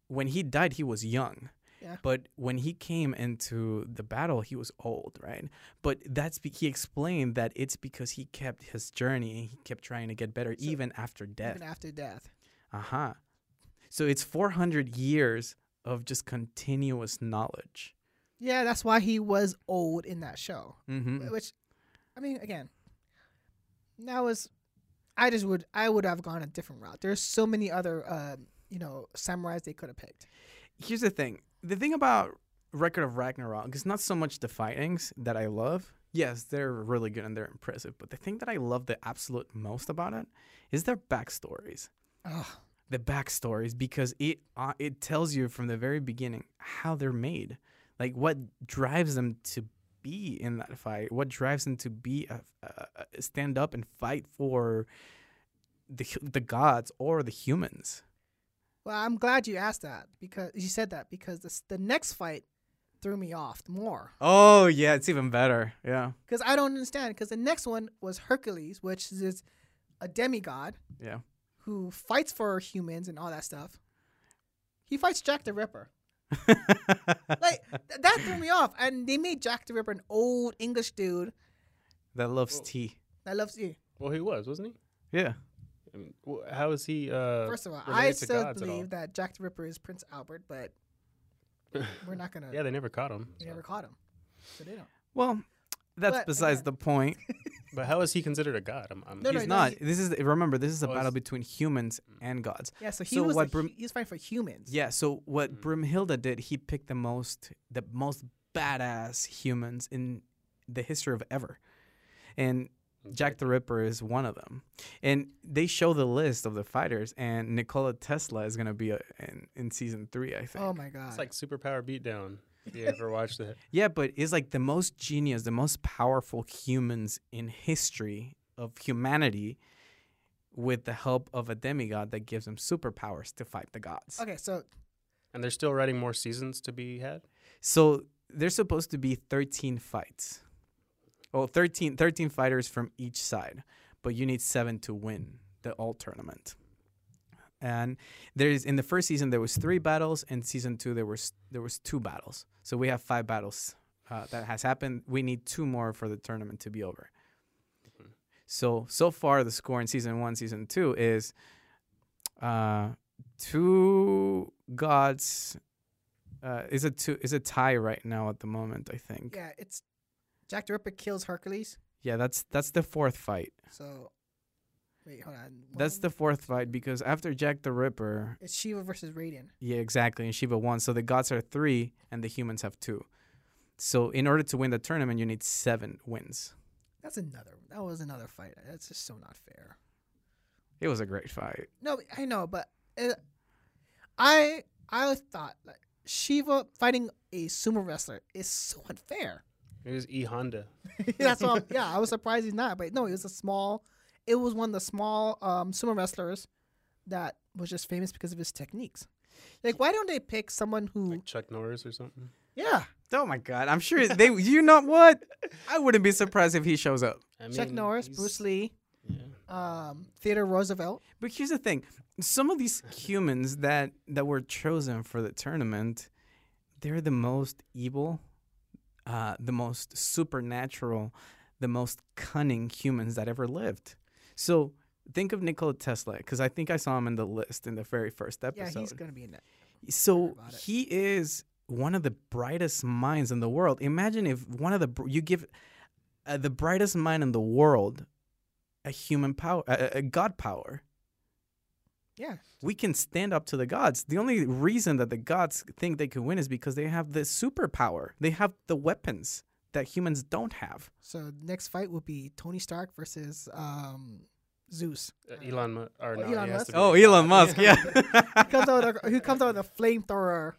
when he died he was young.
Yeah.
But when he came into the battle he was old, right? But that's be- he explained that it's because he kept his journey and he kept trying to get better even after death.
Even after death.
Uh-huh. So it's 400 years of just continuous knowledge.
Yeah, that's why he was old in that show.
Mm-hmm.
Which, I mean, again, that was. I just would. I would have gone a different route. There's so many other, um, you know, samurais they could have picked.
Here's the thing. The thing about Record of Ragnarok is not so much the fightings that I love. Yes, they're really good and they're impressive, but the thing that I love the absolute most about it is their backstories.
Oh,
the backstories because it uh, it tells you from the very beginning how they're made, like what drives them to be in that fight, what drives them to be a, a, a- stand up and fight for the hu- the gods or the humans.
Well, I'm glad you asked that because you said that because this, the next fight threw me off more
Oh yeah, it's even better. Yeah,
because I don't understand because the next one was Hercules, which is a demigod
[laughs] yeah.
who fights for humans and all that stuff. He fights Jack the
[laughs]
Ripper. Like th- that threw me off, and they made Jack the Ripper an old English dude
that loves tea.
that loves you.
[laughs] Well, he was, wasn't he?
Yeah.
I mean, wh- how is he? Uh,
First of all,
related
I
to
still
gods at all?
believe that Jack the Ripper is Prince Albert, but we're not gonna.
[laughs] Yeah, they never caught him.
we
so.
never caught him, so they don't.
Well, that's
But
besides
again-
the point.
But how is he considered a god? I'm, I'm,
No, no,
He's not.
he-
This is remember. This is a
Oh,
battle
it's-
between humans and gods.
Yeah, so he
So
was
what
like,
Brim-
he, he was fighting for humans.
Yeah. So what Brimhilda did, he picked the most the most badass humans in the history of ever, and Jack the Ripper is one of them. And they show the list of the fighters, and Nikola Tesla is gonna be a, in in season three, I think.
Oh my god.
It's like superpower beatdown. If you ever watched it,
Yeah, but it's like the most genius, the most powerful humans in history of humanity with the help of a demigod that gives them superpowers to fight the gods.
okay, so
and they're still writing more seasons to be had.
So there's supposed to be 13 fights. Well, 13, 13 fighters from each side, but you need seven to win the all tournament. And there's in the first season there was three battles, and season two there was there was two battles. So we have five battles uh, that has happened. We need two more for the tournament to be over. So so far the score in season one, season two is uh, two gods. Uh, is a two is a tie right now at the moment. I think.
yeah, it's Jack the Ripper kills Hercules.
yeah that's that's the fourth fight.
So wait, hold on.
That's the
One-
fourth fight because after Jack the Ripper,
it's Shiva versus Raiden.
yeah, exactly, and Shiva won. So the gods are three and the humans have two. So in order to win the tournament, you need seven wins.
That's another. That was another fight. That's just so not fair.
It was a great fight.
No, I know, but it, I I thought like Shiva fighting a sumo wrestler is so
[laughs]
unfair.
It was E Honda.
That's what. I'm- yeah, I was surprised he's not. But no, it was a small. It was one of the small um, sumo wrestlers that was just famous because of his techniques. Like, why don't they pick someone who?
like Chuck Norris or something.
Yeah,
Oh my god! I'm sure [laughs] they. You know what? I wouldn't be surprised if he shows up.
I
Chuck
mean,
Norris,
he's-
Bruce Lee,
Yeah.
um, Theodore Roosevelt.
But here's the thing: some of these humans that that were chosen for the tournament, they're the most evil, uh, the most supernatural, the most cunning humans that ever lived. So think of Nikola Tesla, because I think I saw him in the list in the very first
Yeah,
episode.
he's gonna be in that.
So
about it.
he is one of the brightest minds in the world. Imagine if one of the br- you give uh, the brightest mind in the world a human power, a, a- a god power.
Yeah,
We can stand up to the gods. The only reason that the gods think they can win is because they have the superpower. They have the weapons that humans don't have.
So the next fight will be Tony Stark versus um, Zeus.
Uh, Elon, Mu- or no,
Elon
he has
Musk.
to be
Oh,
a god.
Elon Musk, yeah.
He comes out with a, who comes out with a flamethrower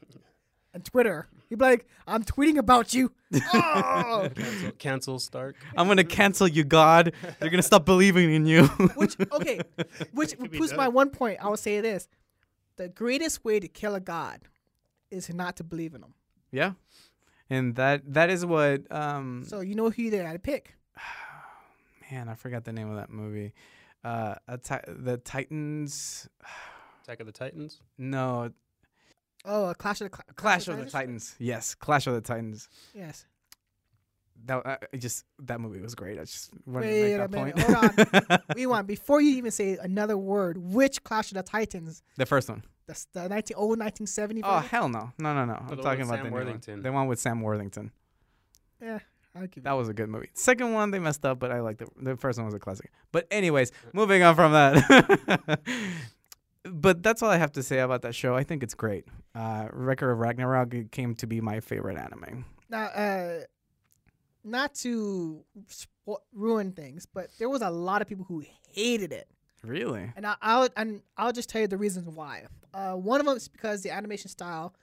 on Twitter. He'd be like, "I'm tweeting about
[laughs]
you." Oh!
[laughs] Cancel, cancel Stark.
[laughs] I'm going to cancel you, God. They're going to stop believing in you. [laughs]
which okay, which
could be
proves my
dope.
one point. I will say this: the greatest way to kill a god is not to believe in him.
yeah. And that that is what um
So you know who they had to pick.
man, I forgot the name of that movie. Uh, a ti- the Titans.
Attack of the Titans.
No,
Oh, a Clash of the Cla-
Clash of the Titans. Yes, Clash of the Titans.
Yes.
That I I just that movie was great. I just wanted
Wait
to
a
make that
minute.
point.
Hold on. we want before you even say another word. Which Clash of the Titans?
[laughs] the first one.
The, the 19, old 1970
Oh
version?
hell no, no no no!
the
I'm
one
talking
with
about
Sam
the new
Worthington.
one. The one with Sam Worthington.
Yeah, I'll give you.
That was a good movie. Second one they messed up, but I like the the first one was a classic. But anyways, moving on from that. [laughs] but that's all I have to say about that show. I think it's great. Uh, Record of Ragnarok came to be my favorite anime.
Now, uh, not to spo- ruin things, but there was a lot of people who hated it.
Really?
and I, I'll and I'll just tell you the reasons why. Uh, one of them is because the animation style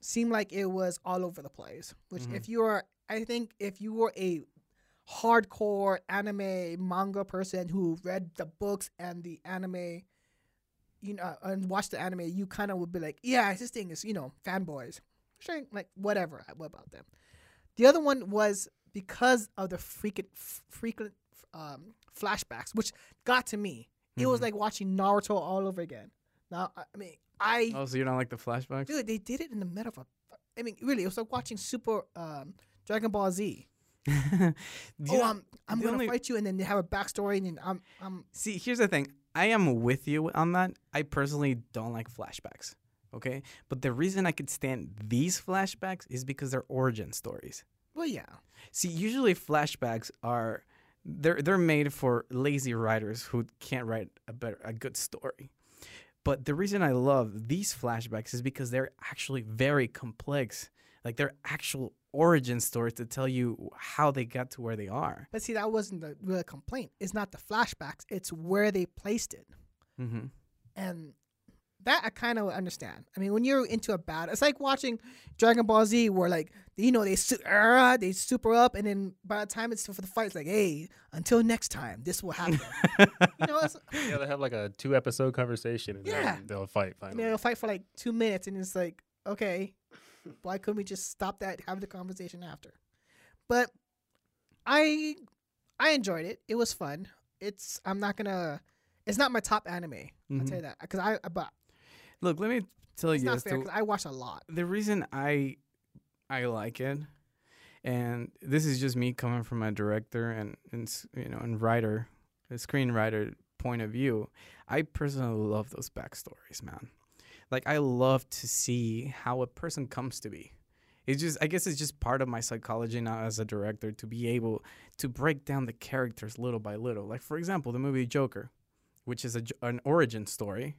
seemed like it was all over the place. Which, if you are, I think, if you were a hardcore anime manga person who read the books and the anime, you know, and watched the anime, you kind of would be like, yeah, this thing is, you know, fanboys, sure, like whatever. What about them? The other one was because of the frequent frequent um, flashbacks, which got to me. It
Mm-hmm.
was like watching Naruto all over again. Now, I I mean, I
Oh, so you don't like the [laughs] flashbacks?
dude, they did it in the middle of a. I mean, really, it was like watching Super um, Dragon Ball Z.
Do you
Oh,
know-
I'm I'm
the
gonna
only-
fight you, and then they have a backstory, and then I'm I'm
See, here's the thing. I am with you on that. I personally don't like flashbacks. Okay, but the reason I could stand these flashbacks is because they're origin stories.
well, yeah,
See, usually flashbacks are they're they're made for lazy writers who can't write a better a good story. But the reason I love these flashbacks is because they're actually very complex. Like they're actual origin stories to tell you how they got to where they are.
but see, that wasn't the real complaint. It's not the flashbacks; it's where they placed it.
Mm-hmm.
and that I kind of understand. I mean, when you're into a battle, it's like watching Dragon Ball Z, where like you know they su- uh, they super up, and then by the time it's for the fight, it's like, hey, until next time, this will [laughs] happen. you know, it's,
Yeah, they have like a two episode conversation and
Yeah.
then they'll fight
I
finally.
mean, they'll fight for like two minutes, and it's like, okay, why couldn't we just stop that, have the conversation after? But I, I enjoyed it. It was fun. It's I'm not gonna. It's not my top anime. I'll
Mhm.
tell you that because I but
Look, let me
Mm-hmm. Oh,
tell
it's
you
not
as
fair
to-
because I watch a lot.
the reason I I like it, and this is just me coming from a director and and s- you know and writer, a screenwriter point of view. I personally love those backstories, man. Like I love to see how a person comes to be. It's just I guess it's just part of my psychology now as a director to be able to break down the characters little by little. Like for example, the movie Joker, which is a, j- an origin story.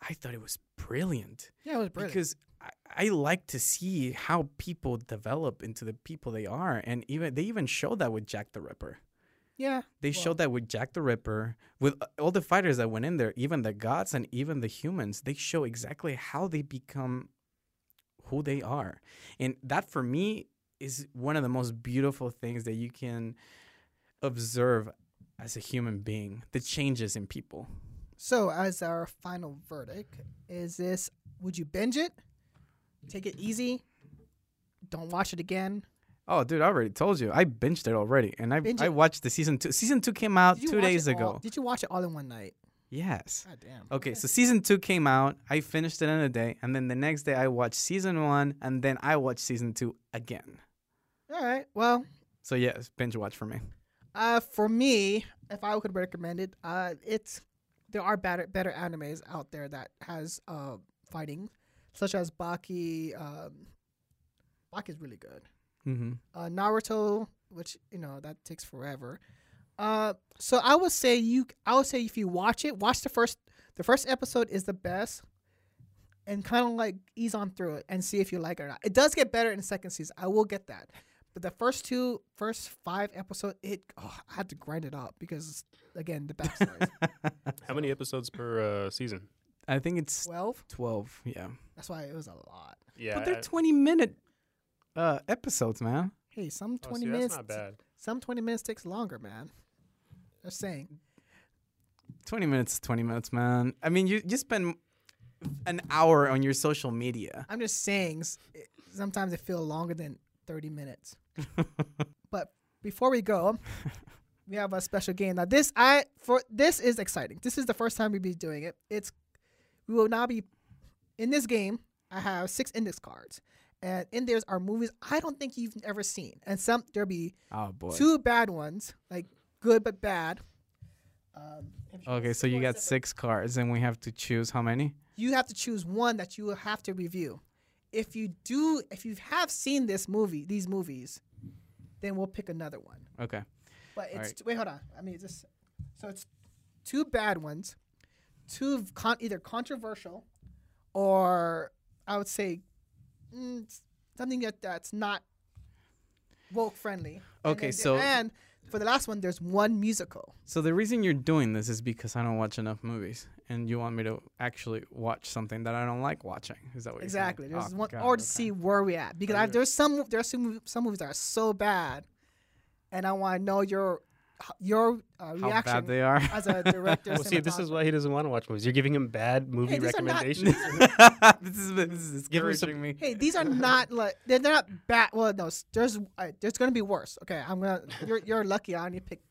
I thought it was brilliant
Yeah, it was brilliant.
because I, I like to see how people develop into the people they are, and even they even show that with Jack the Ripper.
yeah.
They
Well-
showed that with Jack the Ripper, with uh, all the fighters that went in there, even the gods and even the humans. They show exactly how they become who they are, and that for me is one of the most beautiful things that you can observe as a human being. The changes in people.
So, as our final verdict, is this would you binge it? Take it easy? Don't watch it again?
Oh, dude, I already told you. I binged it already, and I
Binge
I
it.
watched the season two. Season two came out
Did you
two
watch
days
it
ago.
all- did you watch it all in one night?
Yes.
God damn.
Okay, so season two came out. I finished it in a day, and then the next day I watched season one, and then I watched season two again.
All right. Well,
So yes, binge watch for me.
uh, for me, if I could recommend it, uh, it's there are better better animes out there that has uh fighting, such as Baki. Um, Baki is really good.
Mm-hmm. [laughs]
uh, Naruto, which you know that takes forever. Uh, so I would say you. I would say if you watch it, watch the first. The first episode is the best, and kind of like ease on through it and see if you like it or not. It does get better in the second season. I will get that, but the first two, first five episode, it oh, I had to grind it out because again the
[laughs]
backstory.
How many episodes per uh, season?
I think it's
Twelve.
twelve. Yeah,
That's why it was a lot.
Yeah.
but they're
I-
twenty minute uh, episodes, man.
Hey, some
oh,
twenty
see,
minutes.
That's not bad.
Some twenty minutes takes longer, man. Just saying.
Twenty minutes, is twenty minutes, man. I mean, you you spend an hour on your social media.
I'm just saying, s- it- sometimes it feel longer than 30
[laughs]
minutes. but before we go, we have a special game. Now this I for this is exciting. This is the first time we'll be doing it. It's we will now be in this game. I have six index cards, and in there's are movies I don't think you've ever seen, and some there'll be
Oh boy.
two bad ones, like good but bad. Um, if you-
Okay, so you got six cards, and we have to choose how many.
you have to choose one that you will have to review. If you do, if you have seen this movie, these movies, then we'll pick another one.
Okay.
But it's
Alright.
t- wait, hold on. I mean, this so it's two bad ones, two v- con- either controversial, or I would say mm, s- something that that's not woke friendly.
Okay,
and, then-
so-
and for the last one, there's one musical.
So the reason you're doing this is because I don't watch enough movies, and you want me to actually watch something that I don't like watching. Is that what you're saying?
Exactly. There's
Oh,
one,
God,
or to
okay.
see where we at because I, there's some there's some some movies that are so bad, and I want to know your your uh,
how
reaction
bad they
[laughs]
are. [laughs]
as a director.
Well, see, this is why he doesn't want to watch movies. You're giving him bad movie
these are not-
recommendations.
this is this is
Give me some-
discouraging me.
Hey, these are not like they're, they're not bad. Well, no, s- there's uh, there's gonna be worse. Okay, I'm gonna you're you're lucky. I only picked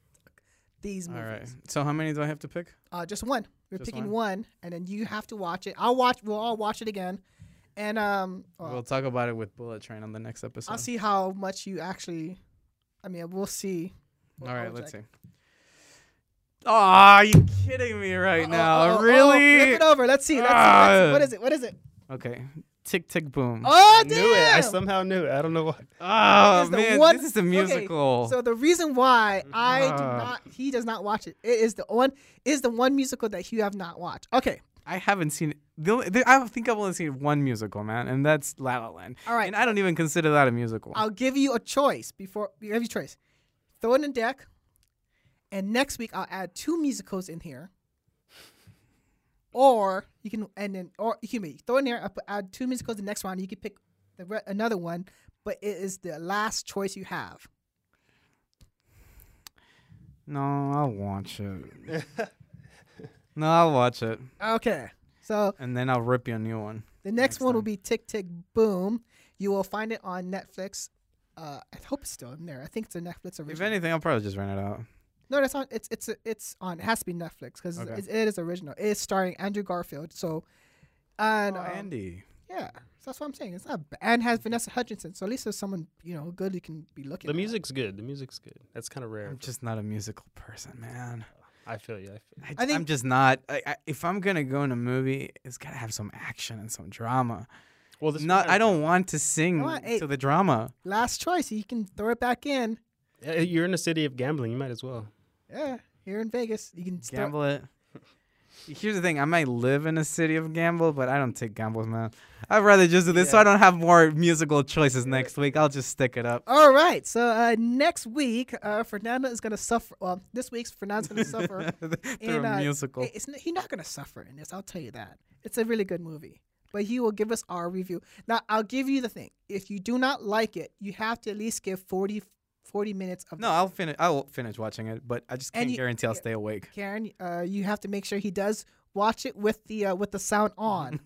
these
All
movies.
right. So how many do I have to pick?
Uh, just one. We're
Just
picking
one?
one? and then you have to watch it. I'll watch. We'll all watch it again, and um, well,
We'll talk about it with Bullet Train on the next episode.
I'll see how much you actually. I mean, we'll see.
All
I'll
right,
check.
let's see. Oh, are you kidding me right
Oh,
now?
Uh-oh, uh-oh, uh-oh, Flip
really?
it over. Let's see. Let's see. Let's see.
Ah.
What is it? What is it?
okay. Tick tick boom. Oh,
Oh,
I
damn!
[laughs] knew it. I somehow knew it. I don't know why.
It's the
man,
one-
this is a
okay,
musical.
So the reason why I do
Ah.
not, he does not watch it. It is the one is the one musical that you have not watched. Okay,
I haven't seen the only, there, I think I've only seen one musical, man, and that's La La Land.
All right.
And I don't even consider that a musical.
I'll give you a choice before you have your choice. Throw it in the deck, and next week I'll add two musicals in here. Or you can and then or you can be throw in there. I'll put, add two musicals the next round. You can pick the re- another one, but it is the last choice you have.
no, I'll
[laughs]
watch it. no, I'll watch it,
Okay, so
and then I'll rip you a new one.
The next, one will be Tick Tick Boom. You will find it on Netflix. Uh, I hope it's still in there. I think it's a Netflix
If
original.
anything, I'll probably just rent it out.
no, that's on. It's it's it's on. It has to be Netflix because
Okay.
it is original. It is starring Andrew Garfield. So, and
Oh,
um,
Andy.
yeah, so that's what I'm saying. It's not bad. and has Vanessa Hutchinson. So at least there's someone you know good you can be looking.
The
at.
music's good. The music's good. That's kind of rare.
I'm just not a musical person, man.
I feel you. I feel
I,
I
am
think-
just not. I, I, if I'm gonna go in a movie, it's gotta have some action and some drama.
Well, this
Not, I
reminds-
don't want to sing
Come on, hey.
to the drama.
Last choice. You can throw it back in.
Uh, You're in a city of gambling. You might as well.
Yeah, here in Vegas, you can throw-
Gamble it. [laughs] Here's the thing: I might live in a city of gamble, but I don't take gambles, man. I'd rather just do this, so I don't have more musical choices next week. I'll just stick
[laughs]
it up.
All right. So uh, next week, uh, Fernanda is going to suffer. Well, this week's Fernanda's going to
[laughs]
suffer
Through
in,
a
uh,
musical.
Hey, It's, n- he's not going to suffer in this. I'll tell you that. It's a really good movie. But he will give us our review. Now, I'll give you the thing. If you do not like it, you have to at least give 40, 40 minutes of
no, I'll finish. I'll finish watching it, but I just
And
can't
you-
guarantee I'll
yeah.
stay awake. [laughs]
Karen. Uh, you have to make sure he does watch it with the uh, with the sound
[laughs]
on.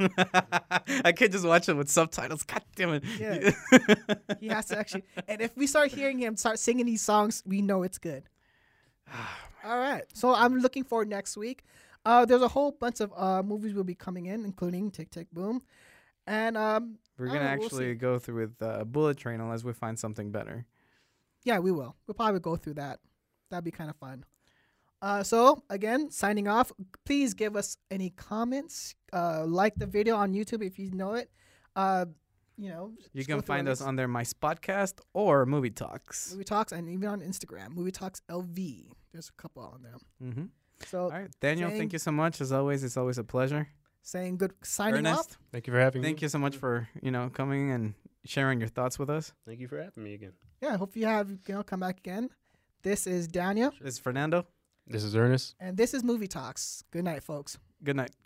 I can't just watch it with subtitles. God damn it!
Yeah. he has to actually. And if we start hearing him start singing these songs, we know it's good. All right. So I'm looking forward next week. Uh, there's a whole bunch of uh, movies will be coming in, including Tick Tick Boom, and um,
[laughs] We're
I
gonna
don't know, we'll
actually
see.
go through with uh, Bullet Train unless we find something better.
Yeah, we will. We'll probably go through that. That'd be kind of fun. Uh, so again, signing off. Please give us any comments. Uh, like the video on YouTube if you know it. Uh, you know,
You
just go
can
through our
find us
next
on their My Spotcast or Movie Talks.
Movie Talks and even on Instagram, Movie Talks LV. There's a couple on there.
Mm-hmm.
So
All right, Daniel,
saying-
thank you so much. As always, it's always a pleasure.
saying good signing
Ernest,
off.
Thank you for having me.
thank you so much for you know coming and sharing your thoughts with us.
Thank you for having me again.
Yeah, hope you have you know come back again. This is Daniel
This is Fernando.
This is Ernest.
and this is Movie Talks. Good night, folks.
Good night.